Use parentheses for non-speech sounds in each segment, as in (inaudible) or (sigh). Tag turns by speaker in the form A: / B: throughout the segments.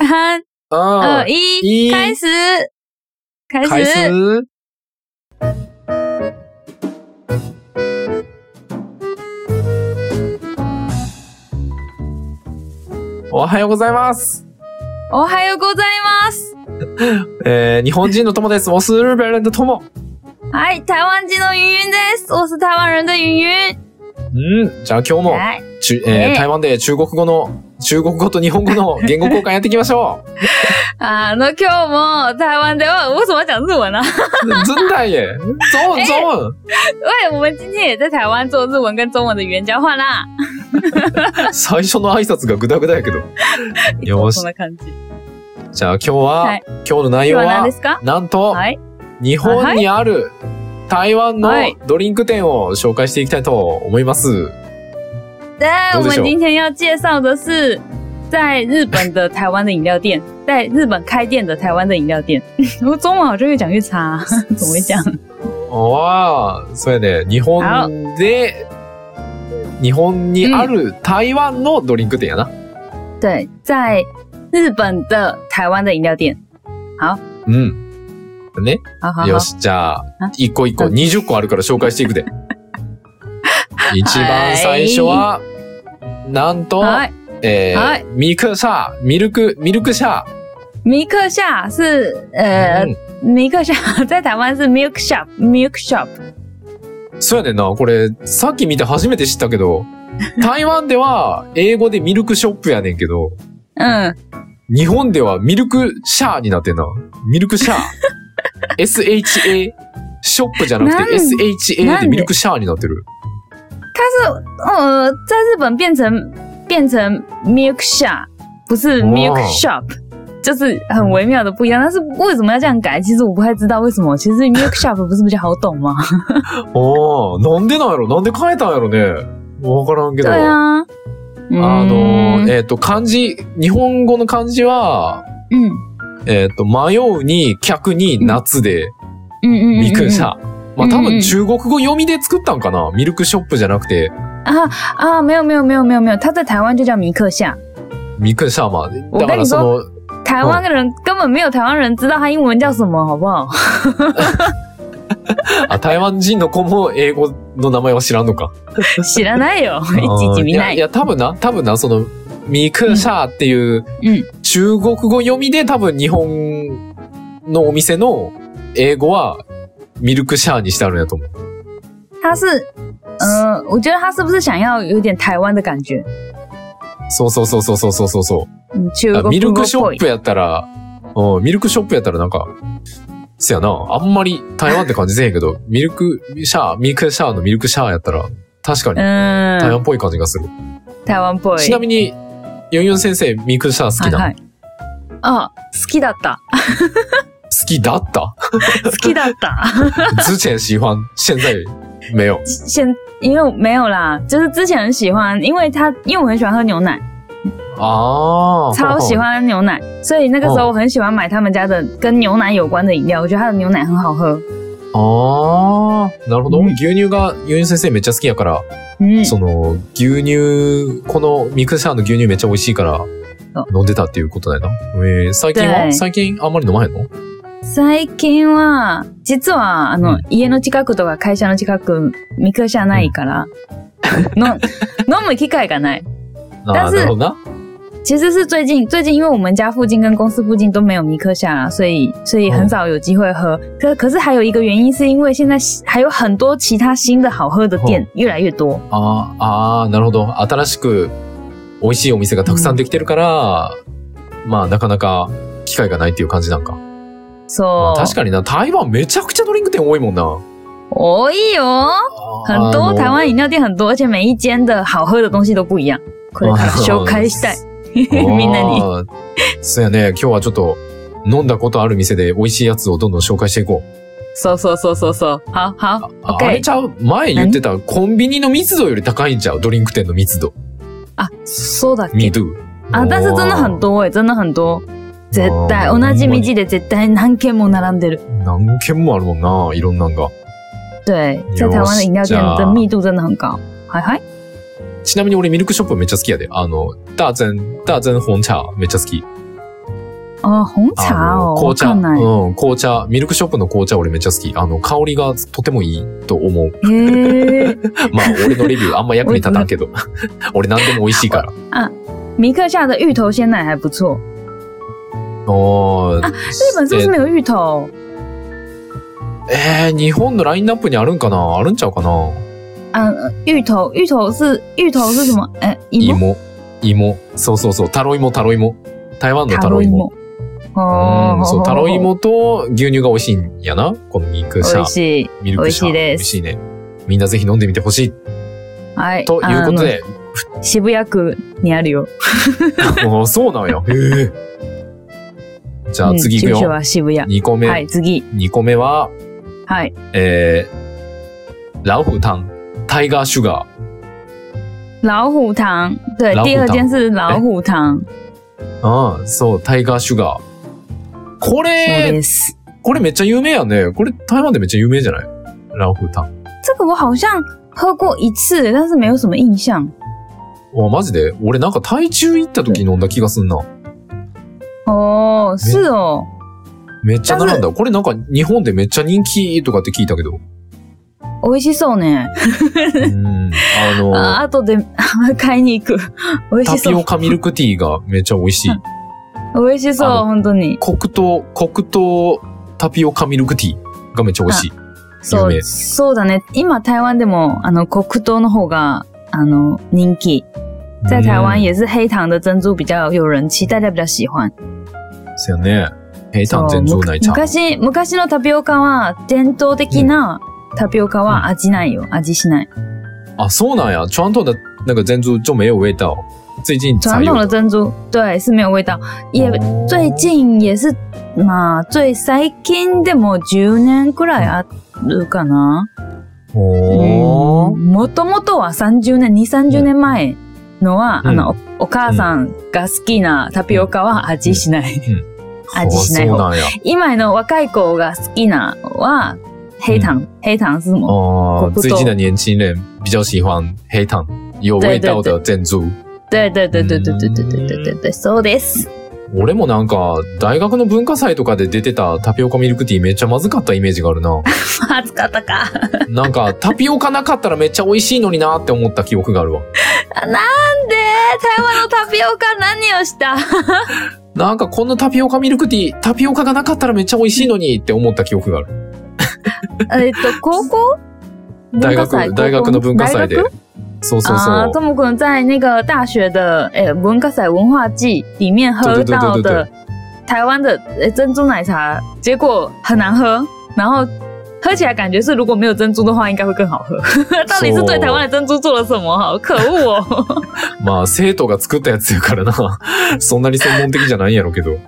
A: 三、
B: 二
A: (laughs) 二、一、
B: 哦一
A: 开始，开
B: 开
A: 始。
B: 始。おはようございます。
A: おはようございます。
B: えー、日本人の友です。我是日本人的友。
A: はい、台湾人の云云です。我是台湾人的云云。
B: うん。じゃあ今日も、
A: はい、
B: ちゅえ
A: ね
B: ー、台湾で中国語の、中国語と日本語の言語交換やっていきましょう。
A: あの、今日も台湾では、为什么讲日文啊呢？
B: 真的耶。中文、中文。
A: (laughs) 喂，我们今天也在台湾做日文跟中文的语言交换啦。
B: 最初の挨拶がグダグダ
A: (laughs)
B: やけど。よし
A: こん。な感じ。
B: じゃあ今日は、
A: はい
B: 今日の内
A: 今
B: 容
A: 日は何
B: は
A: で、すか？
B: なんと、
A: はい、
B: 日本にある台湾の
A: はい
B: ドリンク店を紹介していきたいと思います。
A: 但
B: ど
A: 我
B: う
A: 们
B: でしょう
A: 今天要介绍的是在日本的台湾的饮料店，在日本开店的台湾的饮料店。 (laughs) 我中文好像越讲越差、啊， (laughs) 怎么会这样？
B: わあ、そうやね。日
A: あ
B: 本で、日本にある台湾のドリンク店やな。
A: 对，在日本的台湾的饮料店。
B: うん。ね。
A: 好好好
B: よ，し、じゃあ
A: あ、
B: 一個一個、
A: うん
B: 20個あるから紹介して
A: (laughs)
B: いくで。一番最初は、なんと、
A: 哎，
B: え
A: は
B: ー、ミクシャー、ミルク、ミルクシャ
A: 米克夏是呃
B: ー。う。ん
A: 米克夏在台湾是 milk shop，milk shop，
B: そうやねんな。これ、さっき見て初めて知ったけど、台湾では英語でミルクショップやねんけど、
A: 嗯，
B: 日本ではミルクシャーになってんな。ミルクシャー。SHA。ショップじゃなくて
A: なん
B: SHA でミルクシャーになってる。
A: 它是呃在日本变成变成 milk shop，不是
B: 哇
A: milk shop，就是很微妙的不一样。但是为什么要这样改？其实我不太知道为什么。其实 milk shop 不是比较好懂吗？
B: ああ、なんでなんやろなんで変えたんやろね。わからんけ
A: 对
B: ど。
A: 啊，
B: あの
A: 嗯
B: ー、えっ、と、漢字、日本語の漢字は、
A: 嗯
B: えっ、と、迷うに、客に、夏で、
A: 嗯嗯嗯
B: ミクシ
A: 嗯
B: ャー。まあ多分中国語読みで作ったんかなミルクショップじゃなくて。
A: 啊，没有没有没有没有没有，它在台湾就叫米克夏。
B: ミクシャーマン。だからその、
A: 台湾人根本没有台湾人知道它英文叫什么，好不好？
B: あ台湾人の子も英語の名前は知らんのか。
A: 知ら (laughs) ないよ，一级
B: うんい
A: みな
B: や、い
A: い。
B: や、多分な、多分な、その、ミクシャーっていう
A: うん、
B: 中国語読みで多分日本のお店の英語は、ミルクシャーにしてあるんやと思う。
A: 他是，呃，我觉得他是不是想要有点台湾的感觉？
B: そうそうそうそうそうそうそうそう。
A: 嗯，中
B: あ
A: 国
B: ミル
A: 語
B: ク
A: っ
B: ショ
A: ぽ
B: ッ
A: い
B: プ。やったら、うん、ミルクショップやったらなんか、せやな、あんまり台湾って感じせえへんけど、 (laughs) ミルクシャー、ミルクシャーのミルクシャーやったら、確かに
A: 嗯，
B: 台湾っぽい感じがする。
A: 台湾っぽい。
B: ちなみに、ヨンヨン先生、ミルクシャー好きなの、
A: はいはい。あ、好きだった。
B: 好きだった。
A: 好
B: (laughs)
A: きだった。
B: 之前喜欢、现在没有。
A: 现因为没有啦，就是之前很喜欢，因为他因为我很喜欢喝牛奶， (laughs)
B: ああ。
A: 超喜欢牛奶，所以那个时候我很喜欢买他们家的跟牛奶有关的饮料，我觉得他的牛奶很好喝。
B: ああ。なるほど。
A: うん
B: 牛乳が、ヨンヨン先生めっちゃ好きやから、
A: 嗯，
B: その、牛乳、このミクシャーの牛乳めっちゃ美味しいから
A: そ、
B: 飲んでたっていうことだよな。えー、最近は
A: で
B: 最近あんまり飲まへんの
A: 最近は実はあの、
B: うん
A: 家の近くとか会社の近くミクシャないから、 (laughs) の飲む機会がない。
B: ああ、
A: 但是
B: なるほどな。
A: 其实是最近，最近因为我们家附近跟公司附近都没有尼克夏啦，所以所以很少有机会喝。可可是还有一个原因，是因为现在还有很多其他新的好喝的店越来越多。
B: ああ、ああ、なるほど。新しく美味しいお店がたくさんできてるから、まあなかなか機会がないっていう感じなんか。まあ
A: So，
B: 確かにな、台湾めちゃくちゃドリンク店多いもんな。
A: 哦咦哦，很多台湾饮料店很多，而且每一间的好喝的东西都不一样。これから紹介したい。 (laughs) みんなに。
B: に。そうやね、今日はちょっと飲んだことある店で美味しいやつをどんどん紹介していこう。
A: そうそうそうそうそう。好好
B: あ
A: OK
B: あれちゃう前言ってたコンビニの密度より高いんちゃうドリンク店の密度。
A: 啊，そうだっけ
B: me。do.
A: 啊，但是真的很多诶，真的很多。絶対
B: あー
A: 同じ道で絶対何軒も並んでる。
B: 何軒もあるもんな、いろんなんが。
A: 对，在
B: 有
A: 台湾的饮料店
B: 是
A: 的
B: 啊
A: 密度真的很高。嗨嗨，
B: ちなみに俺ミルクショップめっちゃ好きやで。あの、大ー大ン、紅茶めっちゃ好き。
A: あ、紅
B: あ
A: 茶
B: の
A: 哦，
B: 紅茶、
A: わかんない。
B: うん、紅茶、ミルクショップの紅茶俺めっちゃ好き。あの、香りがとてもいいと思
A: (laughs)
B: う。
A: へえ。
B: まあ、俺のレビューあんま役に立たんけ
A: (laughs)
B: ど。俺何でも美味しいから。
A: 米克夏的芋头鲜奶还不错，日
B: おー。
A: 本是不是没有芋头？
B: えー、日本のラインナップにあるんかなあるんちゃうかな
A: 嗯、芋头，芋头是芋头是什么？哎、芋
B: 芋。芋。そうそうそう。タロイモ、タロイモ。台湾のタロイモ。。
A: 哦
B: う，ん、そう、タロイ
A: 芋。
B: モと牛乳が美味しいんやな。このミルク
A: 美
B: シャ
A: 味
B: ー。
A: しい。
B: ミルクシ
A: 美味
B: ャー。
A: しいです
B: 美味しいね。みんなぜひ飲んでみてほしい。
A: はい。
B: ということで、
A: あの。渋谷区にあるよ。
B: もうそうなんや。へえ。じゃ
A: う
B: あ
A: ん
B: 次行く
A: 住所
B: よ。
A: は渋谷。
B: 2個目。
A: はい、次。
B: 2個目は、
A: はい。
B: えー、ラオフタン、タイガーシュガ
A: 老虎堂。对
B: 老
A: 第
B: 虎堂，
A: 二间是老虎堂。
B: ー。うん、そう、タイガーシュガー。こ
A: そう
B: れ、
A: です。
B: これめっちゃ有名やね。これ台湾でめっちゃ有名じゃないラオフタン。
A: 这个我好像喝过一次，但是没有什么印象。
B: おマジで俺なんか台中行った時飲んだ気がすんな。
A: 哦，是哦。
B: めっちゃ並んだ。これなんか日本でめっちゃ人気とかって聞いたけ
A: (laughs)
B: ど。
A: 美味しそうね。
B: うん。あ
A: あ後で (laughs) 買いに行く。美
B: の、
A: 味
B: タ
A: し
B: ピ
A: そ
B: オ
A: う。
B: カミルクティーがめっちゃ美味しい。
A: 美味しそう
B: あ、の
A: 本当に。
B: 黒糖、黒糖タピオカミルクティーがめっちゃ美味しい。
A: そ
B: 有名
A: う、そうだね。今、台湾でも、あの、黒糖の方が、あの、人気。在台湾也是黑糖的珍珠比较有人气，大家比较喜欢。
B: そうやね。平
A: そ
B: 坦全
A: う
B: 然ないちゃん。
A: 昔、昔のタピオカは、伝統的なタピオカは味ないよ。味しない。
B: あ、そうなんや。传统的那个珍珠就没有味道。最近才
A: 传
B: 有
A: 统的。珍珠、对、是没有味道。也、
B: 哦
A: 最近也是、まあ、最最近でも10年くらいあるかな。
B: おー
A: もともとは30年、2、30年前のは、
B: うん
A: あの、おお母さんが好きなタピオカは味しない。味しない
B: そ
A: 方
B: うなんや。
A: 今の若い子が好きなは、黑糖、黑糖是吗？黒
B: あー
A: 糖
B: 最近的年轻人比较喜欢黑糖。有味道的珍珠。
A: 对对对对对对对对对对对，そうです。
B: 俺もなんか、大学の文化祭とかで出てたタピオカミルクティーめっちゃまずかったイメージがある (laughs) な。
A: まずかったか。
B: なんか、タピオカなかったらめっちゃ美味しいのになって思った記憶があるわ。
A: なんで台湾のタピオカ何をした
B: なんかこのタピオカミルクティー、タピオカがなかったらめっちゃ美味しいのにって思った記憶がある。
A: えっと、高校
B: 大学、大学の文化祭で。そうそうそ
A: 啊，
B: う。
A: 这么可能在那个大学的诶文化赛文化季里面喝
B: 对对
A: 到
B: 对对
A: 的台湾的呃珍珠奶茶，结果很难喝，然后喝起来感觉是如果没有珍珠的话，应该会更好喝。到底是对台湾的珍珠做了什么？好可恶哦！
B: まあ、生徒が作ったやつやからな。 (laughs) そんなに専門的じゃないんやろうけど。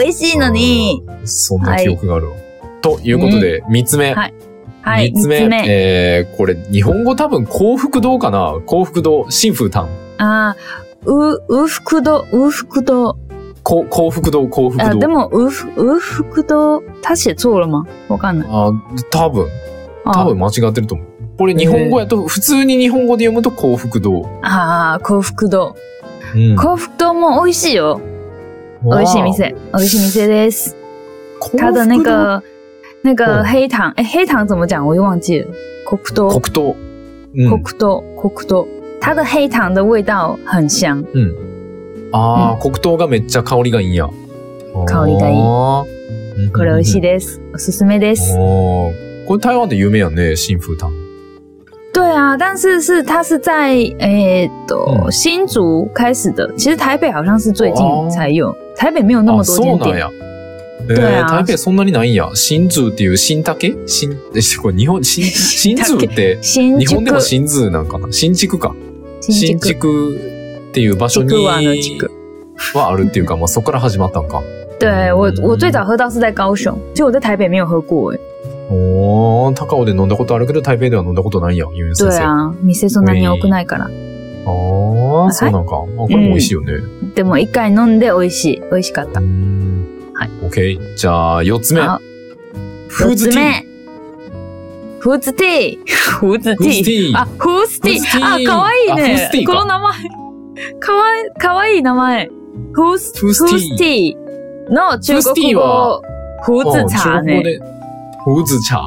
A: 美味しいのに。
B: うんそんな記憶があるわ。ということで、三つ目。
A: はいは
B: 三
A: い、
B: つ目。
A: 三つ
B: えー、これ、日本語多分幸福堂かな幸福堂、新風堂。
A: あう、うふくど、うふくど。
B: こ幸福堂、幸福
A: あ、で
B: 堂。
A: も、うふ、うふくど、他写错了吗わかんない。
B: あ、多分、多分間違ってると思う。これ日本語やと、普通に日本語で読むと幸福堂。
A: ああ、幸福堂。
B: うん
A: 幸福堂も美味しいよ。美味しい店，美味しい店です。
B: 幸福堂
A: 它的那个那个
B: 嗯
A: 黑糖，哎，黑糖怎么讲？我又忘记了。コクト
B: 黒糖。う
A: コ
B: ん。
A: クトコクト，它的黑糖的味道很香。
B: ああ、黒糖がめっちゃ香りがいいんや。
A: 香りがいい
B: い
A: これ美味しい
B: で
A: です，おすすめです。
B: これ台湾で有名やね、新風堂。
A: 对啊，但是是它是在诶的
B: 嗯
A: 新竹开始的，其实台北好像是最近
B: 哦
A: 才有，台北没有那么
B: あ、
A: 多
B: そ
A: 间
B: うなん
A: 店。
B: や。え
A: 对
B: ー、
A: 啊
B: 台北そんなにないんや。新通っていう新竹新、え、これ日本、新、 (laughs) 新通って、
A: 新
B: 日
A: 宿
B: 本でも新通なんかな新築か。新
A: 新宿
B: 築っていう場所に
A: 地区はあの地区
B: はあるっていうか、まあそこから始まったんか。
A: 对我我最早喝到是在高雄，其实我在台北没有喝过诶。
B: おー、高尾で飲んだことあるけど、台北では飲んだことないやん、ユン先
A: 对
B: 生。あ
A: 啊，店そんなに多くないから。
B: あー、そうなんか。あ、これも美味しいよね。う
A: でも一回飲んで美味しい。美味しかった
B: ー。ん。
A: はい。
B: オッケー。じゃあ、四つ目。
A: 好
B: フーズティー。。
A: フーズティー。フーズ
B: フーズテ
A: ティー。
B: ィー
A: あ、。フーズティ
B: フーズティ
A: ー。
B: ー
A: あ、かわいい
B: あフーズティ
A: ね
B: ー。か
A: この名前。かわい、かわいい名前。フーズ、
B: フ
A: フー
B: ーズティー
A: ズティー。 No，中
B: スティ
A: 国
B: ーは
A: 語胡子茶
B: 中
A: 呢
B: 国？で、胡子茶。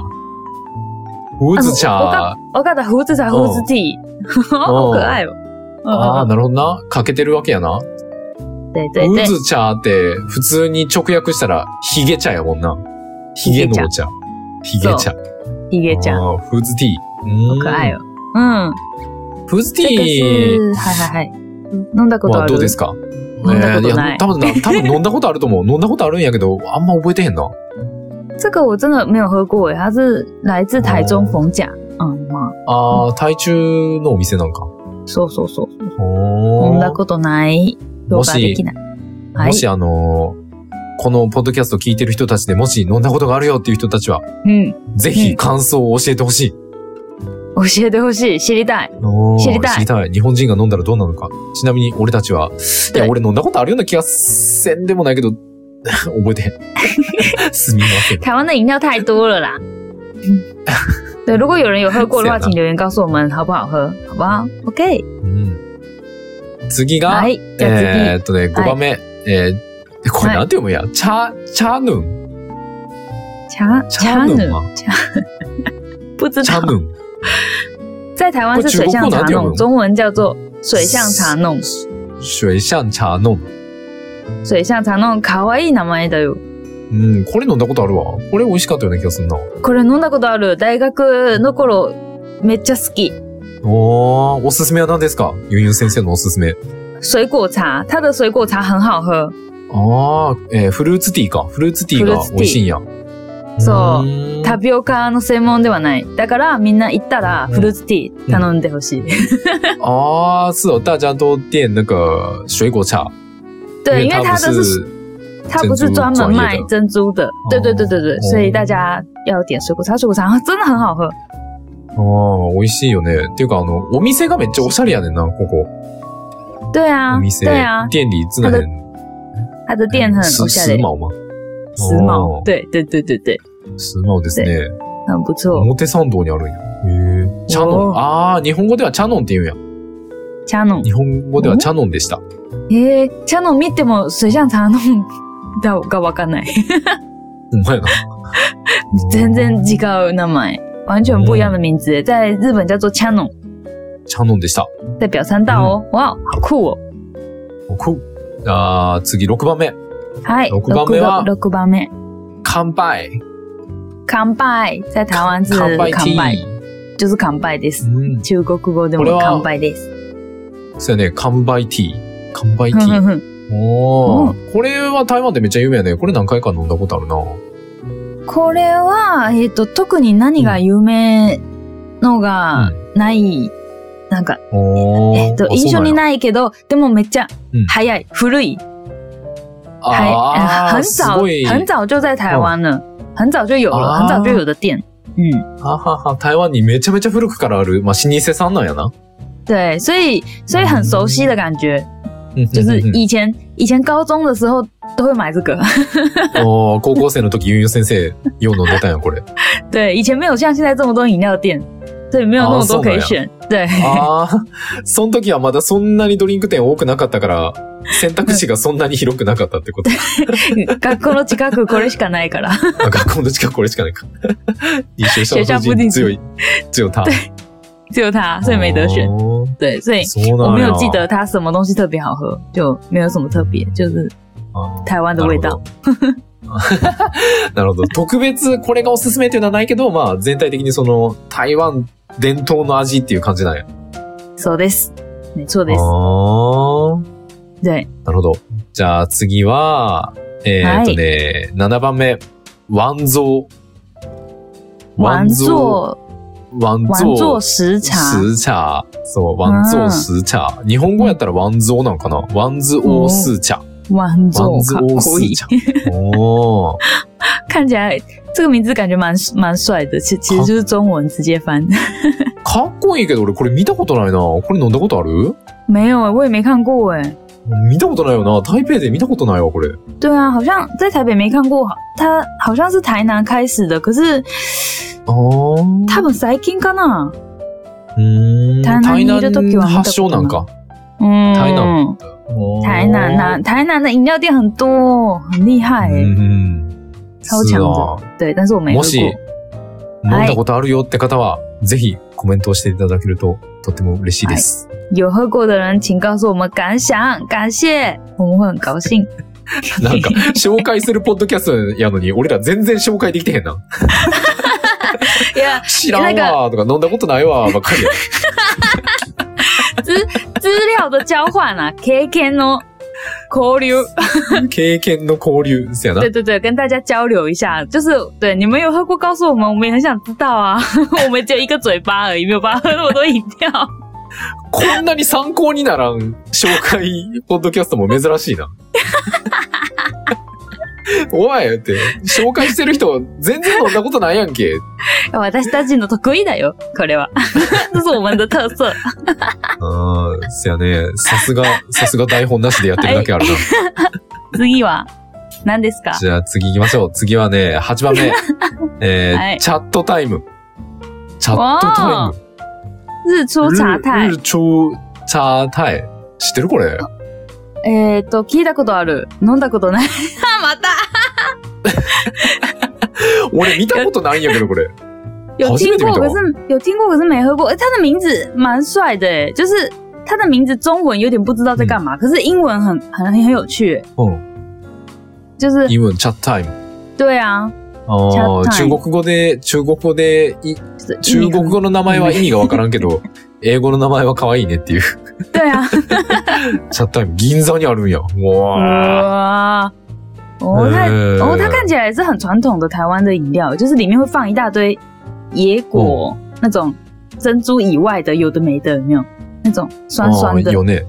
B: 胡子茶。
A: 我搞的胡子茶、胡子 tea，好 (laughs) 可爱哦。
B: ああ、
A: 嗯，
B: なるほどな。かけてるわけやな。
A: 对对
B: 胡
A: 对，
B: 子茶って、普通に直訳したら、ヒゲ茶やもんな。ヒゲのお茶。ヒゲ茶。
A: 一个讲，
B: あー胡子ティー。
A: 好
B: う
A: 可爱
B: ーん。
A: 哦。嗯，
B: 胡子テ
A: 这个
B: ィ
A: 是，
B: ー
A: 嗨嗨嗨，弄到过多
B: は
A: 少
B: どうですか
A: んだことない
B: や多
A: (laughs)
B: 分な、多分飲んだことあると思う。飲んだことあるんやけど、あんま覚えてへんな。
A: 这个我真的没有喝过欸诶，它是来自台
B: 哦
A: 中逢甲。嗯嘛，
B: ああ、台中のお店なん
A: (laughs)
B: か。
A: そうそうそう。
B: 哦お
A: 飲ん
B: ー
A: だことない。
B: も
A: 評
B: し
A: 価できない。は
B: も
A: い。
B: しあのーこのポッドキャスト聞いてる人たちでもし飲んだことがあるよっていう人たちは、
A: うん。
B: ぜひ感想を教えてほしい。
A: 教えてほしい。知りたい。
B: おー
A: 知りたい
B: 知りたい。日本人が飲んだらどうなのか。ちなみに俺たちは、いや、俺飲んだことあるような気がせんでもないけど、 (laughs) 覚えて
A: (laughs)
B: へん。すみません。
A: 台湾的饮料太多了
B: (laughs)
A: 啦。对，如果有人有喝过的话，请留言告诉我们好不好喝，好不好？OK。
B: うん、次が、
A: はい。じゃあ次。
B: えーっとね、5番目。えーこれなんて読むんや、チャ、チャヌン。
A: 茶
B: 茶
A: 茶
B: 呢
A: 呢
B: 吗？
A: 茶 (laughs) 不知
B: チ
A: 道
B: ャ。ヌ
A: (laughs)
B: ン。
A: 在台湾是水象茶
B: 不中国哪有
A: 弄，中文叫做水象茶弄。
B: 水シャンチャノン。
A: 水象茶弄，可愛い名前だよ。
B: うん、これ飲んだことあるわ。これ美味しかったような気がするな。
A: これ飲んだことある。大学の頃めっちゃ好き。
B: おー、おすすめは何ですかユンユン先生のおすすめ。
A: 水果茶，它的水果茶很好喝。
B: あー、えーフルーツティーか。フルーツティーが美味しいんや。
A: そう
B: ーん
A: タピオカの専門ではない。だからみんな行ったらフルーツティー頼んでほ (laughs) しい。
B: あー、是哦，大家都点那个水果茶。
A: 对，因为
B: 它
A: 它
B: 不
A: 的是
B: 是
A: 它不是专门卖珍珠的，对对对对对，所以大家要点水果茶，水果茶真的很好喝。
B: あー、美味しいよね。っていうか、あの、お店がめっちゃおしゃれやねんな、ここ。
A: 对啊
B: お，店。
A: 对啊，
B: 店里自然
A: 它的它的店很
B: 时
A: 我下
B: 时
A: 得
B: 髦吗？
A: 时
B: 哦
A: 髦，对对对对对，
B: 时髦ですね。
A: 很不错。
B: 表参道にあるんや。へーチャノン。
A: おー
B: あー、日本語ではチャノンって言うんや。
A: 茶农，
B: 日本語ではチャノンでした。
A: 诶，茶农見ても水上茶飲だがわかんない。
B: ほんまや (laughs) な。
A: 全然違う名前，完全不一样的名字，在日本叫做茶农，
B: チャノンでした。
A: 在表参道哦，哇，好酷哦。
B: こあー次、6番目。
A: 嗨，
B: 六番目は
A: 六番目，
B: 乾杯。
A: 乾杯，在台湾是
B: 乾杯ティ
A: 乾杯，
B: ー。
A: 就是乾杯です。
B: うん。
A: 中国語でも
B: これは
A: 乾杯です。
B: そうやね。乾杯ティー。乾杯テ
A: ふん
B: ィ
A: ふん
B: ー。
A: ふん
B: おー。これは台湾でめっちゃ有名やね。これ何回か飲んだことあるな。
A: (laughs) これは、えっ、と、特に何が有名のがない、なんか、
B: おー。
A: えっ、と、印象に
B: い。
A: ないけど、でもめっちゃ
B: うん
A: 早い、古い、
B: あー、
A: 很
B: す
A: 早
B: ごい。、
A: 很早就在台湾了。很早就有了、
B: あー
A: 很早就有的店。嗯，
B: ははは、台湾にめちゃめちゃ古くからある、まあ、老舗さんなんやな。
A: 对，所以所以很熟悉的感觉，
B: うん
A: 就是
B: うんうん
A: 以前以前高中的时候都会买这个， (laughs)
B: おー高校生の時、ゆんゆん先生、よう飲んでたんや、こ
A: (laughs)
B: れ。
A: 对，以前没有像现在这么多饮料店，所以没有那么
B: 哦
A: 多可
B: そうなん
A: 以
B: や
A: 选，对。 (laughs)
B: ああ、その時はまだそんなにドリンク店多くなかったから、選択肢がそんなに広くなかったってこと。
A: 学校の近くこれしかないから。 (laughs)
B: あ学校の近くこれしかない (laughs) か。一緒
A: 学校附近
B: に強 (laughs) い、強い他。
A: 只有它，所以没得选。
B: おー
A: 对，所以
B: そう
A: 我
B: なん
A: 没
B: や。
A: 有记得它什么东西特别好喝，就没有什么特别，就是
B: あ
A: 台湾
B: ー
A: 的
B: な
A: 味
B: るほ
A: 道
B: ど。。なる (laughs) ほど。特別これがおすすめっていうのはないけど、まあ全体的にその台湾伝統の味っていう感じなんや。
A: そうです。没错です。
B: ああ。
A: 对，
B: なるほど。じゃあ次は、えーっとね、7番目。ワンゾウ。
A: 玩做
B: ワン
A: 玩做
B: ゾウ。
A: 时茶，
B: スーチャー。そう、ワンゾウスーチャー。日本語やったらワンゾウなのかなワンズオースーチャー。
A: 玩
B: ワ
A: 做
B: ンズ
A: 卡
B: オー
A: 可
B: ス
A: 以
B: ー。チャー。おー。
A: 看起来这个名字感觉蛮蛮帅的，其其实就是中文直接翻。 (laughs)
B: かっこいいけど俺これ見たことないな。これ飲んだことある
A: 没有哎、我也没看过哎、
B: 見たことないよな。台北で見たことないわ、これ。
A: 对啊，好像在台北没看过，好它好像是台南开始的，可是
B: あー。
A: 他们塞金啊かな？
B: うーん
A: 台南にいる時は見たことない
B: 台南発祥なんか。
A: 嗯，
B: 台南
A: 台南哦
B: な
A: 呐、台南的饮料店很多，很厉害、欸
B: うん。
A: 超强
B: 是
A: 的。对，但是我没喝
B: もし、飲
A: 过。
B: んだことあるよって方は、ぜひコメントをしていただけるととっても嬉しいです。
A: 有喝过的人，请告诉我们感想，感谢，我们会很高 (laughs) 兴。
B: (laughs) なんか、紹介するポッドキャストやのに、俺ら全然紹介できてへんな。
A: いや，
B: 知らんわーとか飲んだことないわーばっかりや。 (laughs)
A: 资资料的交换啊，K K の交流，
B: 経験の交流、せやな
A: 对。对对，跟大家交流一下，就是对你们有喝过，告诉我们，我们也很想知道啊。 (laughs) 我们只有一个嘴巴而已，没有办法喝那么多饮 (laughs) 料。
B: こんなに参考にならん紹介、ポッドキャストも珍しい (laughs) な。おいって、紹介してる人、全然飲んだことないやんけ。
A: 私たちの得意だよ、これは。 (laughs) 这是我们的特色。
B: ああ、せやね。さすが、さすが台本なしでやってるだけあるな。
A: 次は何ですか？
B: じゃあ次行きましょう。次はね、8番目。 (laughs) えー
A: はい
B: チャットタイム。チャットタイム。
A: 日出茶太
B: ル。ルチョーチャータイ。知ってるこれ。
A: えっ、と、聞いたことある。飲んだことない。 (laughs) あまた
B: 俺見たことないんやけど、これ。
A: 有听过，
B: 初
A: 可
B: めて
A: 是有听过，可是没喝过。哎、他的名字蛮帅的，哎，就是他的名字中文有点不知道在干嘛，可是英文很很很有趣，哎
B: うん。
A: 就是
B: 英文、チャットタイム。
A: 对啊，
B: ああ、
A: チャ
B: 中
A: ットタイム
B: 国語で、中国語でい、
A: 就是
B: 中
A: 英
B: 国
A: 文 (laughs)
B: 語の名前は意味がわからんけど、英語の名前は可愛いねっていう。
A: 对啊，
B: チャットタイム、銀座にあるんや。う
A: 哇，
B: わー
A: 哦，他
B: えー
A: 哦，它看起来是很传统的台湾的饮料，就是里面会放一大堆野果、那种珍珠以外的有的没的，有没有？那种酸酸
B: あ
A: 的
B: ー。よね。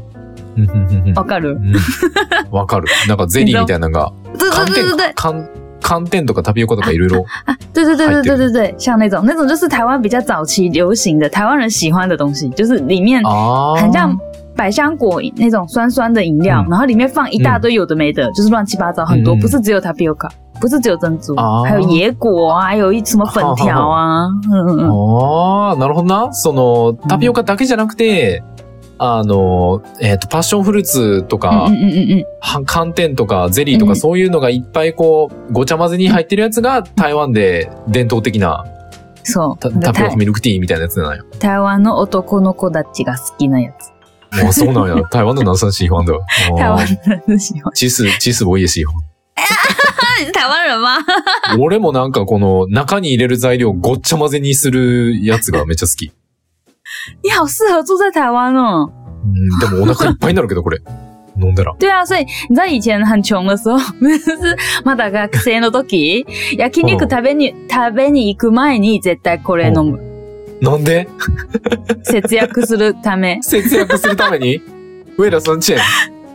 B: うんうんうんうん
A: わかる？
B: うんわかる。なんかゼリーみたいなのが、
A: 对对
B: 寒
A: 对对对
B: 天、寒寒天とかタピオカとかいろいろ。
A: 对对对
B: 还
A: 对对
B: 对
A: 对对，像那种那种就是台湾比较早期流行的台湾人喜欢的东西，就是里面
B: ああ。
A: 很像百香果那种酸酸的饮料，
B: 嗯
A: 然后里面放一大堆有的没的，就是乱七八糟很多，
B: 嗯
A: 不是只有 tapioca，不是只有珍珠，
B: 哦
A: 还有野果啊，还有一什么粉条啊，嗯嗯嗯，
B: ああ、なるほどな。その、タピオカだけじゃなくて、あの、えっ、と、パッションフルーツとか、
A: 嗯嗯嗯嗯
B: は寒天とかゼリーと
A: う
B: か
A: ん
B: そういうのがいっぱいこう、ごちゃ混ぜに入ってるやつが台湾で伝統的な
A: 嗯，そう
B: タ
A: なんか
B: タピオカ
A: 台
B: ミルクティーみたいなやつなんや。
A: 台湾の男の子たちが好きなやつ，
B: あ、そうな
A: (laughs)
B: んや。台湾の男性喜欢的。
A: 台湾人喜欢。
B: チス、チス我也喜欢。
A: 那你是台湾人吗？
B: 俺もなんかこの中に入れる材料ごっちゃ混ぜにするやつがめっちゃ好き。
A: 你好适合住在台湾哦。
B: うん、でもお腹いっぱいになるけどこれ。飲んだら。
A: 对啊，所以你知道以前很穷的时候，就是まだ学生の時、焼肉食べに食べに行く前に絶対これ飲む。
B: なんで
A: 節約するため。
B: 節約するために为了省钱。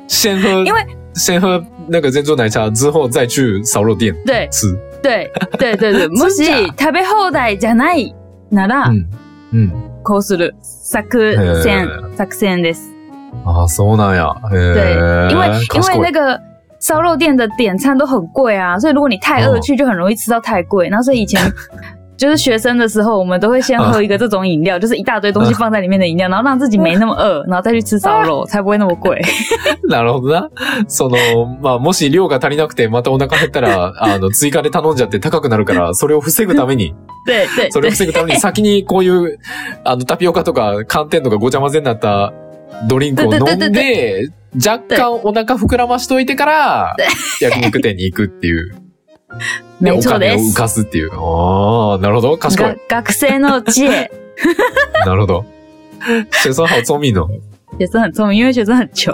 B: 先喝
A: 因为、
B: 先喝那个珍珠奶茶之后再去烧肉店
A: 对
B: 吃。
A: 对对对
B: (laughs)
A: 对。もし食べ放題じゃないなら
B: う、ん。うん。
A: こうする作戦作戦です。
B: ああ、そうなんや。
A: 对
B: へえ。，
A: 因为因
B: 賢
A: 为
B: い
A: 那个烧肉店的点餐都很贵啊，所以如果你太饿去，就很容易吃到太贵。然后所以以前 (laughs) 就是学生的时候，我们都会先喝一个这种饮料，就是一大堆东西放在里面的饮料，然后让自己没那么饿，然后再去吃烧
B: (laughs)
A: 肉，才不会那么贵。
B: なるほどな。その、まあ、もし量が足りなくて、またお腹減ったら、あの、追加で頼んじゃって高くなるから、それを防ぐために、
A: 对对
B: それ
A: 对
B: を防ぐために、先にこう
A: (laughs)
B: いう、あの、タピオカとか寒天とかごちゃ混ぜになったドリンクを飲ん
A: 对对 (laughs)
B: で、若干お腹膨らましといてから、焼肉店に行くっ
A: (laughs)
B: ていう。で、
A: 没
B: お
A: 错
B: 金
A: で
B: を浮
A: す。
B: かすっていう。ああ、なるほど。賢い。
A: 学学生の知恵
B: なるほど。学生好聪明の。
A: 学生很聪明，因为学生很穷。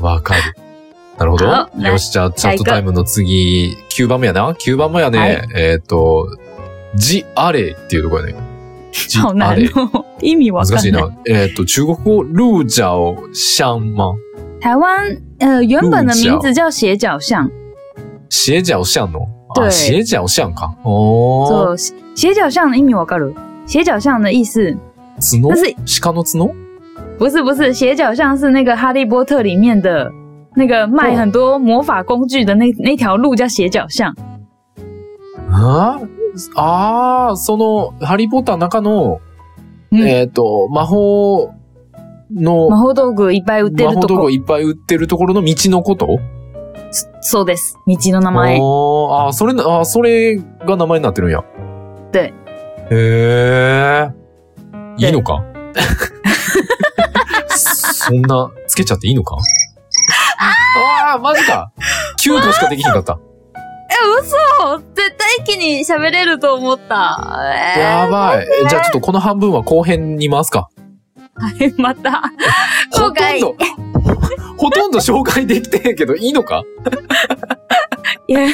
B: わかる。なるほど
A: あ。な
B: よし、じゃあ、チャットタイムの次、9番目やな。9番目やね。
A: はい
B: えっ、と、ジアレイっていうとこやね。ジ
A: 好
B: ア
A: 难
B: レイ。
A: (laughs) 哦，一米わか
B: 難しい
A: んない。
B: な。えっ、と、中国語、ルージャオシャンマン。
A: 台湾呃原本的名字叫斜角巷，
B: シエジャオシャンの。
A: 对
B: あ、シエジャオシャンか。おー。
A: 就斜角巷的一米わかる。斜角巷的意思
B: 角
A: 但是
B: 鹿の角
A: 不是不是，斜角巷是那个《哈利波特》里面的那个卖很多魔法工具的那那条路叫斜角巷。
B: あーあー、その、ハリーポッターの中の、
A: うん
B: えっ、と、魔法の、
A: 魔法道具いっぱい売ってる
B: 魔法
A: と
B: 道
A: こ
B: 具いっぱい売ってるところの道のこと
A: そうです道の名
B: あ
A: 前
B: ーあー、それな、あーそれが名前になってるんや。
A: で。
B: へえ。
A: で
B: いい
A: (laughs)
B: のかそんな、つけちゃっていいのかああー、マジかキュートしかできひんかった。
A: 嘘絶対一気に喋れると思ったえー
B: やばい。じゃあちょっとこの半分は後編に回すか。
A: はい (laughs) また後
B: ほとんど
A: 悔、 (laughs)
B: ほとんど紹介できてへんけど、いいのか
A: いやい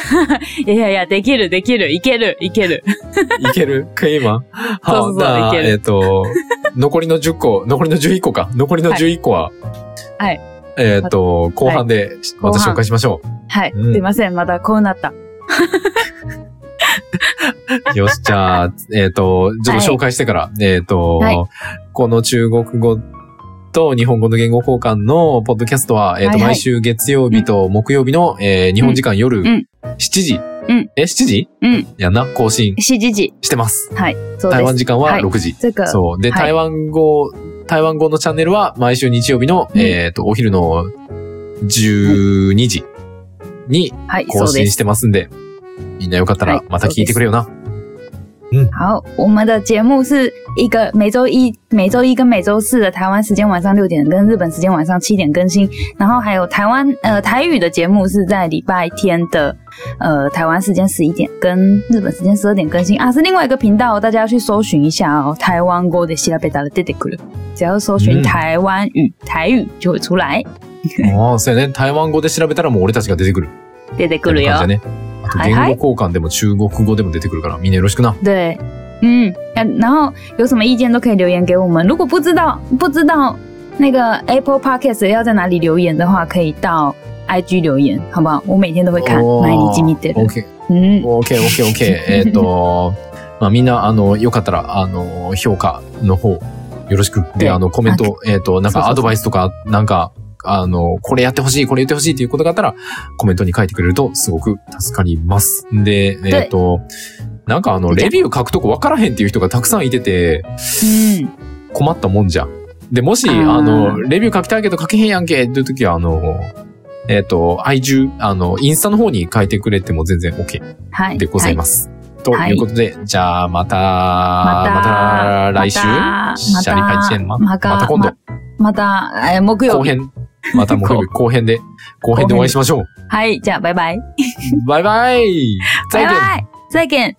A: やいやいやできるできるいけるいける
B: いけるクイーマン。
A: (laughs) そうそうそう
B: なあ
A: いける
B: えっ、と、残りの10個、 (laughs) 残りの11個か。残りの
A: はい
B: 11個は、
A: はい
B: えっ、と、後半で、また紹介しましょ
A: はい、
B: うん
A: すいませんまだこうなった (laughs)
B: う。よし、じゃあ、えっ、と、ちょっと紹介してから、えっ、と、
A: はい
B: この中国語と日本語の言語交換のポッドキャストは、えっ、と、
A: はいはい
B: 毎週月曜日と木曜日の、えー日本時間夜
A: んうん
B: 7時。
A: ん
B: え、7時
A: うん
B: やんな、更新
A: 指示時
B: してます。
A: はいそう
B: 台
A: で
B: 湾
A: す
B: 時間は
A: はい
B: 6時。
A: 这个
B: そう。で、
A: はい
B: 台湾語、台湾語のチャンネルは毎週日曜日の、
A: うん
B: えっ、と、お昼の12時に
A: はい
B: 更
A: そうで
B: 新
A: す
B: してますんで、みんなよかったら
A: はい
B: また聞いてくれよな。
A: 好，我们的节目是一个每周一、每周一跟每周四的台湾时间晚上六点跟日本时间晚上七点更新，然后还有台湾呃台语的节目是在礼拜天的呃台湾时间十一点跟日本时间十二点更新啊，是另外一个频道哦，大家要去搜寻一下哦，台湾語で調べたら出てくる，只要搜寻
B: 嗯
A: 台湾语、台语就会出来，
B: ああ、そうやね。台湾語で調べたらもう俺たちが出てくる。
A: 出てく
B: み
A: る
B: た
A: よ
B: いな感。じだね。あと、
A: はい
B: 言語
A: はい
B: 交換でも中国語でも出てくるから、みんなよろしくな。
A: 对，嗯，呃然后有什么意见都可以留言给我们。如果不知道不知道那个 Apple Podcast 要在哪里留言的话，可以到 IG 留言，好不好？我每天都会看。
B: おー
A: 毎日見てる。
B: OK、
A: 嗯，
B: OK、OK、OK。えっと、まあみんな、あの、よかったら、あの、評価の方、よろしく。
A: ね
B: で、あの、コメント、えっと、なん
A: そうそうそ
B: か
A: う
B: アドバイスとか、なんか、あの、これやってほしい、これ言ってほしいっていうことがあったら、コメントに書いてくれるとすごく助かります。で、えっと、なんかあの、レビュー書くとこわからへんっていう人がたくさんいてて、
A: 嗯，
B: 困ったもんじゃん。で、もし、
A: あ
B: あ
A: ー
B: の、レビュー書きたいけど書けへんやんけっていう時は、あの、えっ、と、iTunes あの、インスタの方に書いてくれても全然 OK
A: 嗨，
B: でございます。と
A: はい
B: いうことで、じゃあまた、
A: また
B: また来週、
A: また
B: シャリパイチェンマ、
A: また
B: また今度、
A: またえー木曜
B: 後
A: 日。
B: 編、また木曜日後編で、後編でお会いしましょう。
A: 嗨，じゃあバイバイ。
B: バイバイ再
A: バイ
B: 見
A: バイ。再见。